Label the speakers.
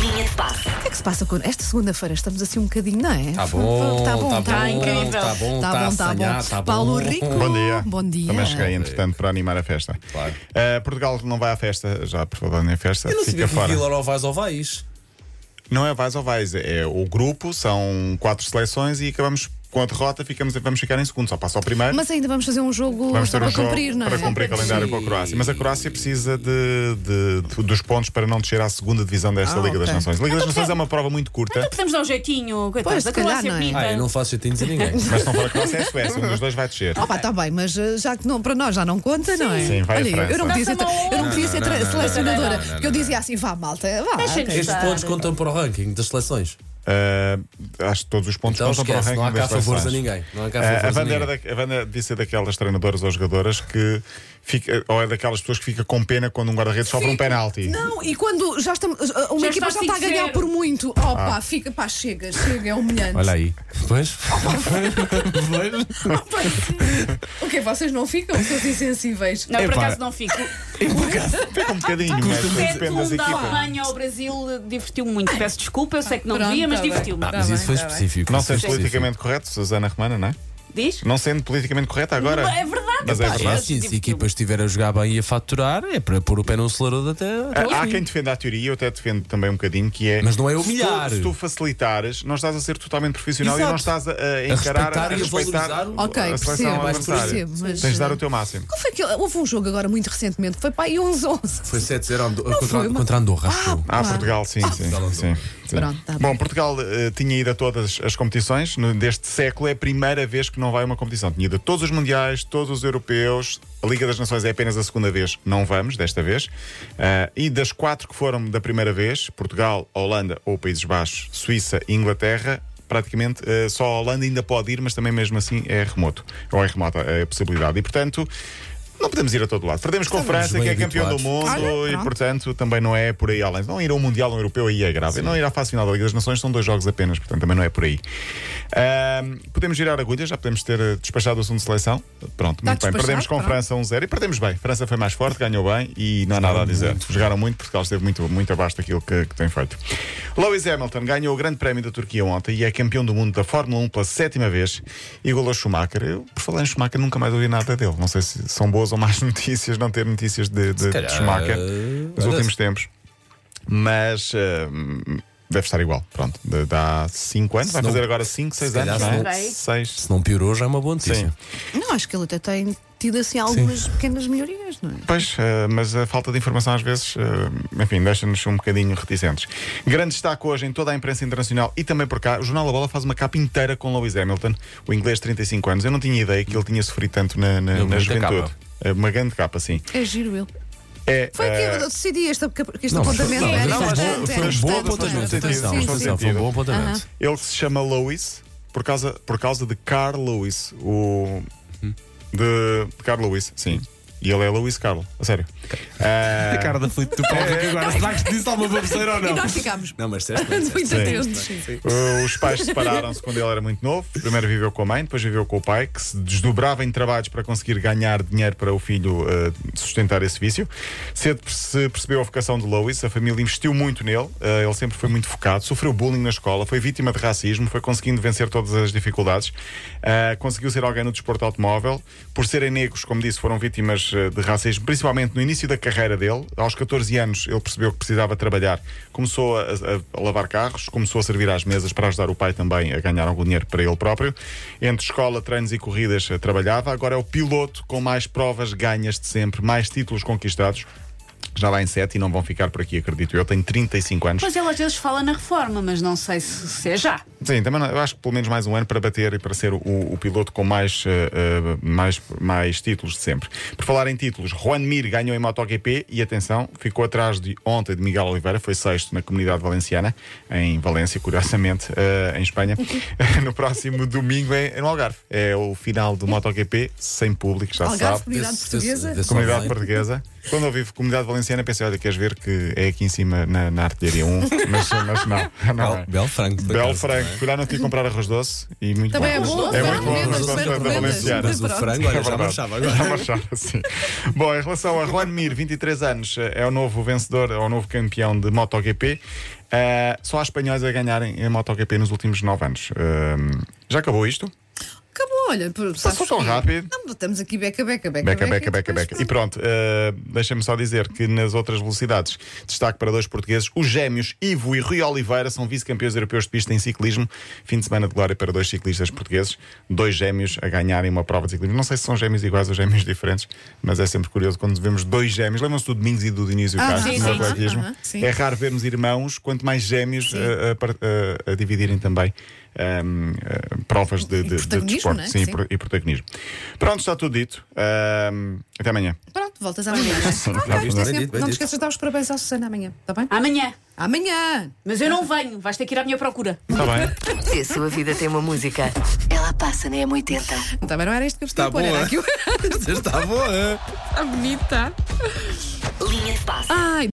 Speaker 1: Linha de passe.
Speaker 2: O que é que se passa com esta segunda-feira? Estamos assim um bocadinho, não é?
Speaker 3: Tá bom,
Speaker 2: Tá bom,
Speaker 3: tá
Speaker 2: tá
Speaker 3: bom,
Speaker 2: incrível.
Speaker 3: tá bom,
Speaker 2: Tá
Speaker 3: tá
Speaker 2: bom, tá
Speaker 3: assanhado,
Speaker 2: bom.
Speaker 3: tá bom.
Speaker 2: Paulo Rico.
Speaker 3: Bom
Speaker 4: dia.
Speaker 2: Bom dia.
Speaker 4: Também cheguei, entretanto, para animar a festa.
Speaker 3: Claro.
Speaker 4: Uh, Portugal não vai à festa, já por falar em festa,
Speaker 3: Eu não
Speaker 4: fica
Speaker 3: sabia que
Speaker 4: fora.
Speaker 3: Vila ou vais ou vais.
Speaker 4: Não é vais ou vais, é o grupo, são quatro seleções e acabamos com a derrota, ficamos, vamos ficar em segundo, só passa ao primeiro.
Speaker 2: Mas ainda vamos fazer um jogo
Speaker 4: Vamos
Speaker 2: só
Speaker 4: ter um
Speaker 2: para
Speaker 4: jogo
Speaker 2: cumprir, não é?
Speaker 4: para cumprir calendário com a Croácia. Mas a Croácia precisa de, de- de- dos pontos para não descer à segunda divisão desta
Speaker 2: Ah,
Speaker 4: Liga das
Speaker 2: ok. Então
Speaker 4: Nações. Liga das Nações é uma prova muito curta,
Speaker 1: Podemos dar um jeitinho, coitados,
Speaker 2: Pois, se
Speaker 1: da
Speaker 2: calhar,
Speaker 1: Croácia
Speaker 2: não é?
Speaker 1: bonita.
Speaker 3: Ah, eu não faço jeitinhos a ninguém.
Speaker 4: mas não para a Croácia é a Suécia, um dos dois vai descer.
Speaker 2: Opa, está bem, mas eh, já que não, para nós já não conta, não é?
Speaker 4: Sim, vai a
Speaker 2: Olha, eu- eu não
Speaker 4: França.
Speaker 2: podia ser, tra-
Speaker 1: Dá-se a mão.
Speaker 2: eu não podia ser tra-
Speaker 3: Não, não, não,
Speaker 2: selecionadora.
Speaker 3: não, não, não,
Speaker 2: porque eu dizia assim, vá, malta, vá.
Speaker 1: Deixa-nos
Speaker 2: ok.
Speaker 3: Estes
Speaker 1: Claro.
Speaker 3: pontos contam para o ranking das seleções.
Speaker 4: Uh, acho que todos os pontos
Speaker 3: Então
Speaker 4: contam para o
Speaker 3: esquece,
Speaker 4: ranking
Speaker 3: não há cá
Speaker 4: das
Speaker 3: favores a
Speaker 4: seleções. É,
Speaker 3: ninguém. Não há cá
Speaker 4: Eh, A, a
Speaker 3: favores a
Speaker 4: bandeira
Speaker 3: ninguém.
Speaker 4: da, a Wanda devia ser daquelas treinadoras ou jogadoras que fica, ou é daquelas pessoas que fica com pena quando um guarda-redes sobra um penalti.
Speaker 2: Não, e quando já estamos. eh, Uma
Speaker 1: Já
Speaker 2: equipa
Speaker 1: está assim
Speaker 2: já está a ganhar
Speaker 1: 5-0.
Speaker 2: por muito.
Speaker 4: Ah.
Speaker 2: Opa, fica, pá, chega, chega, é humilhante.
Speaker 3: Olha aí. Pois?
Speaker 2: Opa, o quê? Vocês não ficam? assim Seus insensíveis.
Speaker 1: Não, eu por
Speaker 3: Epá. é
Speaker 1: acaso não fico.
Speaker 4: Fica um bocadinho, mas depende das
Speaker 1: 7-1 da
Speaker 4: equipas.
Speaker 1: Alemanha ao Brasil eh, divertiu-me muito. Peço desculpa, eu sei que não
Speaker 2: Pronto,
Speaker 1: devia, mas
Speaker 2: tá bem.
Speaker 1: divertiu-me.
Speaker 2: Tá
Speaker 3: Mas
Speaker 2: bem,
Speaker 3: isso foi
Speaker 2: tá bem.
Speaker 3: específico.
Speaker 4: Não
Speaker 3: isso foi
Speaker 4: sendo
Speaker 3: específico.
Speaker 4: politicamente correto, Susana Romana, não é?
Speaker 1: Diz?
Speaker 4: Não sendo politicamente correta agora.
Speaker 1: É verdade,
Speaker 4: Mas é
Speaker 1: pá,
Speaker 4: verdade.
Speaker 3: É assim, se a
Speaker 1: divertiu-me.
Speaker 3: equipa estiver a jogar bem e a faturar, é para pôr o pé no acelerador até.
Speaker 2: é
Speaker 3: até ao
Speaker 4: Há
Speaker 3: fim.
Speaker 4: quem defenda a teoria, eu até defendo também um bocadinho, que é.
Speaker 3: Mas não é
Speaker 4: se tu-
Speaker 3: humilhar.
Speaker 4: Se tu, facilitares, não estás a ser totalmente profissional
Speaker 3: Exato.
Speaker 4: e não estás a, a
Speaker 3: respeitar
Speaker 4: encarar
Speaker 3: e a valorizar o-
Speaker 2: Ok,
Speaker 4: a seleção
Speaker 2: percebo,
Speaker 4: adversária.
Speaker 2: percebo, mas-
Speaker 4: Tens de dar o teu máximo.
Speaker 2: Qual foi aquele? Houve um jogo agora muito recentemente que foi para aí 11-11.
Speaker 3: Foi 7-0 Ando-
Speaker 2: foi
Speaker 3: contra,
Speaker 2: uma-
Speaker 3: contra Andorra, acho eu.
Speaker 4: Ah,
Speaker 2: Claro.
Speaker 4: Portugal, sim, sim,
Speaker 3: Portugal
Speaker 4: sim, sim.
Speaker 2: Pronto, tá bem.
Speaker 4: Bom, Portugal eh, tinha ido a todas as competições no- deste século, é a primeira vez que não vai a uma competição. Tinha ido a todos os mundiais, todos os europeus, a Liga das Nações é apenas a segunda vez, não vamos desta vez. Ah, e das quatro que foram da primeira vez, Portugal, Holanda ou Países Baixos, Suíça e Inglaterra. Praticamente eh, só a Holanda ainda pode ir, mas também mesmo assim é remoto, ou é remota a possibilidade. E portanto, não podemos ir a todo lado. Perdemos com a
Speaker 3: Estamos
Speaker 4: França, que é
Speaker 3: bem
Speaker 4: campeão do
Speaker 3: habituados.
Speaker 4: mundo,
Speaker 2: Olha,
Speaker 4: e
Speaker 2: pronto.
Speaker 4: portanto também não é por aí além. Não ir ao Mundial, um europeu aí é grave. Não ir à fase final da Liga das Nações são dois jogos apenas, portanto também não é por aí. Ahm, podemos girar agulhas, já podemos ter eh, despachado o assunto de seleção. Pronto, muito bem.
Speaker 2: Tá despachado,
Speaker 4: Perdemos com a
Speaker 2: pronto.
Speaker 4: França 1-0 e perdemos bem. França foi mais forte, ganhou bem e não há nada a dizer. Jogaram muito, Portugal esteve muito, muito abaixo daquilo que, que tem feito. Lewis Hamilton ganhou o Grande Prémio da Turquia ontem e é campeão do mundo da Fórmula 1 pela sétima vez. Igualou Schumacher. Eu, por falar em Schumacher, nunca mais ouvi nada dele. Não sei se são boas ou más notícias não ter notícias de, de- é de
Speaker 3: calhar,
Speaker 4: Schumacher nos
Speaker 3: olha,
Speaker 4: últimos tempos. Mas. eh, Deve estar igual, pronto. De, de há 5 anos,
Speaker 3: Se
Speaker 4: vai
Speaker 3: não-
Speaker 4: fazer agora 5, 6
Speaker 3: calhar
Speaker 4: anos,
Speaker 3: se
Speaker 4: não
Speaker 1: não-
Speaker 4: é?
Speaker 1: Sei.
Speaker 4: 6.
Speaker 3: Se não piorou, já é uma boa notícia.
Speaker 4: Sim.
Speaker 2: Não, acho que ele até tem tido assim algumas pequenas melhorias, não é?
Speaker 4: Pois, eh, mas a falta de informação às vezes, eh, enfim, deixa-nos um bocadinho reticentes. Grande destaque hoje em toda a imprensa internacional e também por cá, o Jornal da Bola faz uma capa inteira com Lewis Hamilton, o inglês de 35 anos. Eu não tinha ideia que ele tinha sofrido tanto na, na, na
Speaker 3: bonita
Speaker 4: juventude.
Speaker 3: capa.
Speaker 4: É Uma grande capa, sim.
Speaker 2: É giro ele.
Speaker 4: É,
Speaker 2: Foi
Speaker 4: eh,
Speaker 2: que eu decidi este, este
Speaker 3: Não, mas-
Speaker 2: apontamento.
Speaker 3: não,
Speaker 2: era
Speaker 3: não, mas
Speaker 2: importante,
Speaker 3: foi
Speaker 2: era
Speaker 3: um bom
Speaker 2: importante,
Speaker 3: apontamento.
Speaker 2: era importante.
Speaker 4: atenção, atenção.
Speaker 2: Sim, sim.
Speaker 3: Atenção, foi um bom apontamento.
Speaker 4: Ele que se chama Lewis por causa, por causa de Carl Lewis, o. de, de Carl Lewis, sim. E ele é Lewis Carl, a sério. Eh,
Speaker 3: A cara da flip do Paulo Rico agora, será que disse alguma baboseira ou
Speaker 2: E
Speaker 3: não?
Speaker 2: nós ficámos
Speaker 3: Não, mas certo. mas certo.
Speaker 2: muito atentos.
Speaker 4: Uh, Os pais separaram-se quando ele era muito novo. Primeiro viveu com a mãe, depois viveu com o pai, que se desdobrava em trabalhos para conseguir ganhar dinheiro para o filho uh, sustentar esse vício. Cedo per- se percebeu a vocação de Lois, a família investiu muito nele, uh, ele sempre foi muito focado, sofreu bullying na escola, foi vítima de racismo, foi conseguindo vencer todas as dificuldades, uh, conseguiu ser alguém no desporto automóvel. Por serem negros, como disse, foram vítimas uh, de racismo, principalmente no início da carreira dele. Aos 14 anos, ele percebeu que precisava trabalhar, começou a, a- a lavar carros, começou a servir às mesas para ajudar o pai também a ganhar algum dinheiro para ele próprio. Entre escola, treinos e corridas, eh, trabalhava. Agora é o piloto com mais provas ganhas de sempre, mais títulos conquistados. Já vai em 7 e não vão ficar por aqui, acredito eu. Tenho 35 anos.
Speaker 1: Pois ele às vezes fala na reforma, mas não sei se, se é já.
Speaker 4: Sim, também não- eu acho que pelo menos mais um ano para bater e para ser o, o piloto com mais, eh, eh, mais, mais títulos de sempre. Por falar em títulos, Juan Mir ganhou em MotoGP e atenção, ficou atrás de ontem de Miguel Oliveira, foi sexto na comunidade valenciana, em Valência, curiosamente, eh, em Espanha. no próximo domingo é, é no Algarve. É o final do MotoGP, sem público, já se
Speaker 2: Algarve,
Speaker 4: sabe.
Speaker 2: comunidade
Speaker 3: Desse-
Speaker 2: portuguesa.
Speaker 3: desse- desse
Speaker 4: Comunidade
Speaker 3: online.
Speaker 4: portuguesa. Quando eu vivo comunidade valenciana, pensei, olha, queres ver que é aqui em cima na, na artilharia 1, mas, mas não. não é.
Speaker 3: Bel Franco. por
Speaker 4: Belo
Speaker 3: acaso. é?
Speaker 4: Franco, Cuidado não te comprar arroz doce e muito
Speaker 2: Também é
Speaker 4: bom.
Speaker 2: bom,
Speaker 4: É
Speaker 2: comer
Speaker 4: muito bom
Speaker 2: encomendas,
Speaker 4: arroz doce
Speaker 2: comer
Speaker 4: da
Speaker 2: encomendas.
Speaker 4: Valenciana.
Speaker 3: Mas o
Speaker 2: Pronto.
Speaker 3: frango, olha, já
Speaker 4: É verdade.
Speaker 3: marchava agora.
Speaker 4: Já marchava, sim. Bom, em relação a Juan Mir, 23 anos, eh, é o novo vencedor, é o novo campeão de MotoGP. Eh, só há espanhóis a ganharem em MotoGP nos últimos 9 anos. Eh, já acabou isto?
Speaker 2: Acabou, olha. por- sabes
Speaker 4: tão
Speaker 2: que-
Speaker 4: rápido.
Speaker 2: Não, estamos aqui beca, beca, beca.
Speaker 4: Beca, beca, beca,
Speaker 2: depois
Speaker 4: beca. E pronto, eh, deixa-me só dizer que nas outras velocidades, destaque para dois portugueses, os gêmeos Ivo e Rui Oliveira são vice-campeões europeus de pista em ciclismo. Fim de semana de glória para dois ciclistas portugueses, dois gêmeos a ganharem uma prova de ciclismo. Não sei se são gêmeos iguais ou gêmeos diferentes, mas é sempre curioso quando vemos dois gêmeos. Lembram-se do Domingos e do Diniz e o
Speaker 2: Ah,
Speaker 4: Castro
Speaker 1: sim,
Speaker 4: no
Speaker 1: sim.
Speaker 4: atletismo?
Speaker 2: Aham, sim.
Speaker 4: É raro vermos irmãos, quanto mais gêmeos eh, a, par- eh, a dividirem também ehm, eh, provas de, de, de
Speaker 2: protagonismo,
Speaker 4: desporto.
Speaker 2: não é?
Speaker 4: Sim,
Speaker 2: Sim.
Speaker 4: pro- e protagonismo. Pronto, está tudo dito. Ahm, até amanhã.
Speaker 2: Pronto, voltas amanhã. não é? Ok,
Speaker 4: claro,
Speaker 2: isto é
Speaker 3: bem
Speaker 2: sempre-
Speaker 3: dito, bem
Speaker 2: não te
Speaker 3: dito.
Speaker 2: esqueças de dar os parabéns à Susana amanhã, está bem?
Speaker 1: Amanhã.
Speaker 2: Amanhã!
Speaker 1: Mas eu não venho, vais ter que ir à minha procura.
Speaker 4: Está
Speaker 2: Tá
Speaker 4: bem.
Speaker 5: Se a sua vida tem uma música, ela passa é na M80.
Speaker 2: Também não era isto que eu
Speaker 3: Está
Speaker 2: estava a pôr,
Speaker 3: boa.
Speaker 2: era aquilo.
Speaker 3: é. Está boa.
Speaker 2: Está bonita.
Speaker 5: Linha de passe.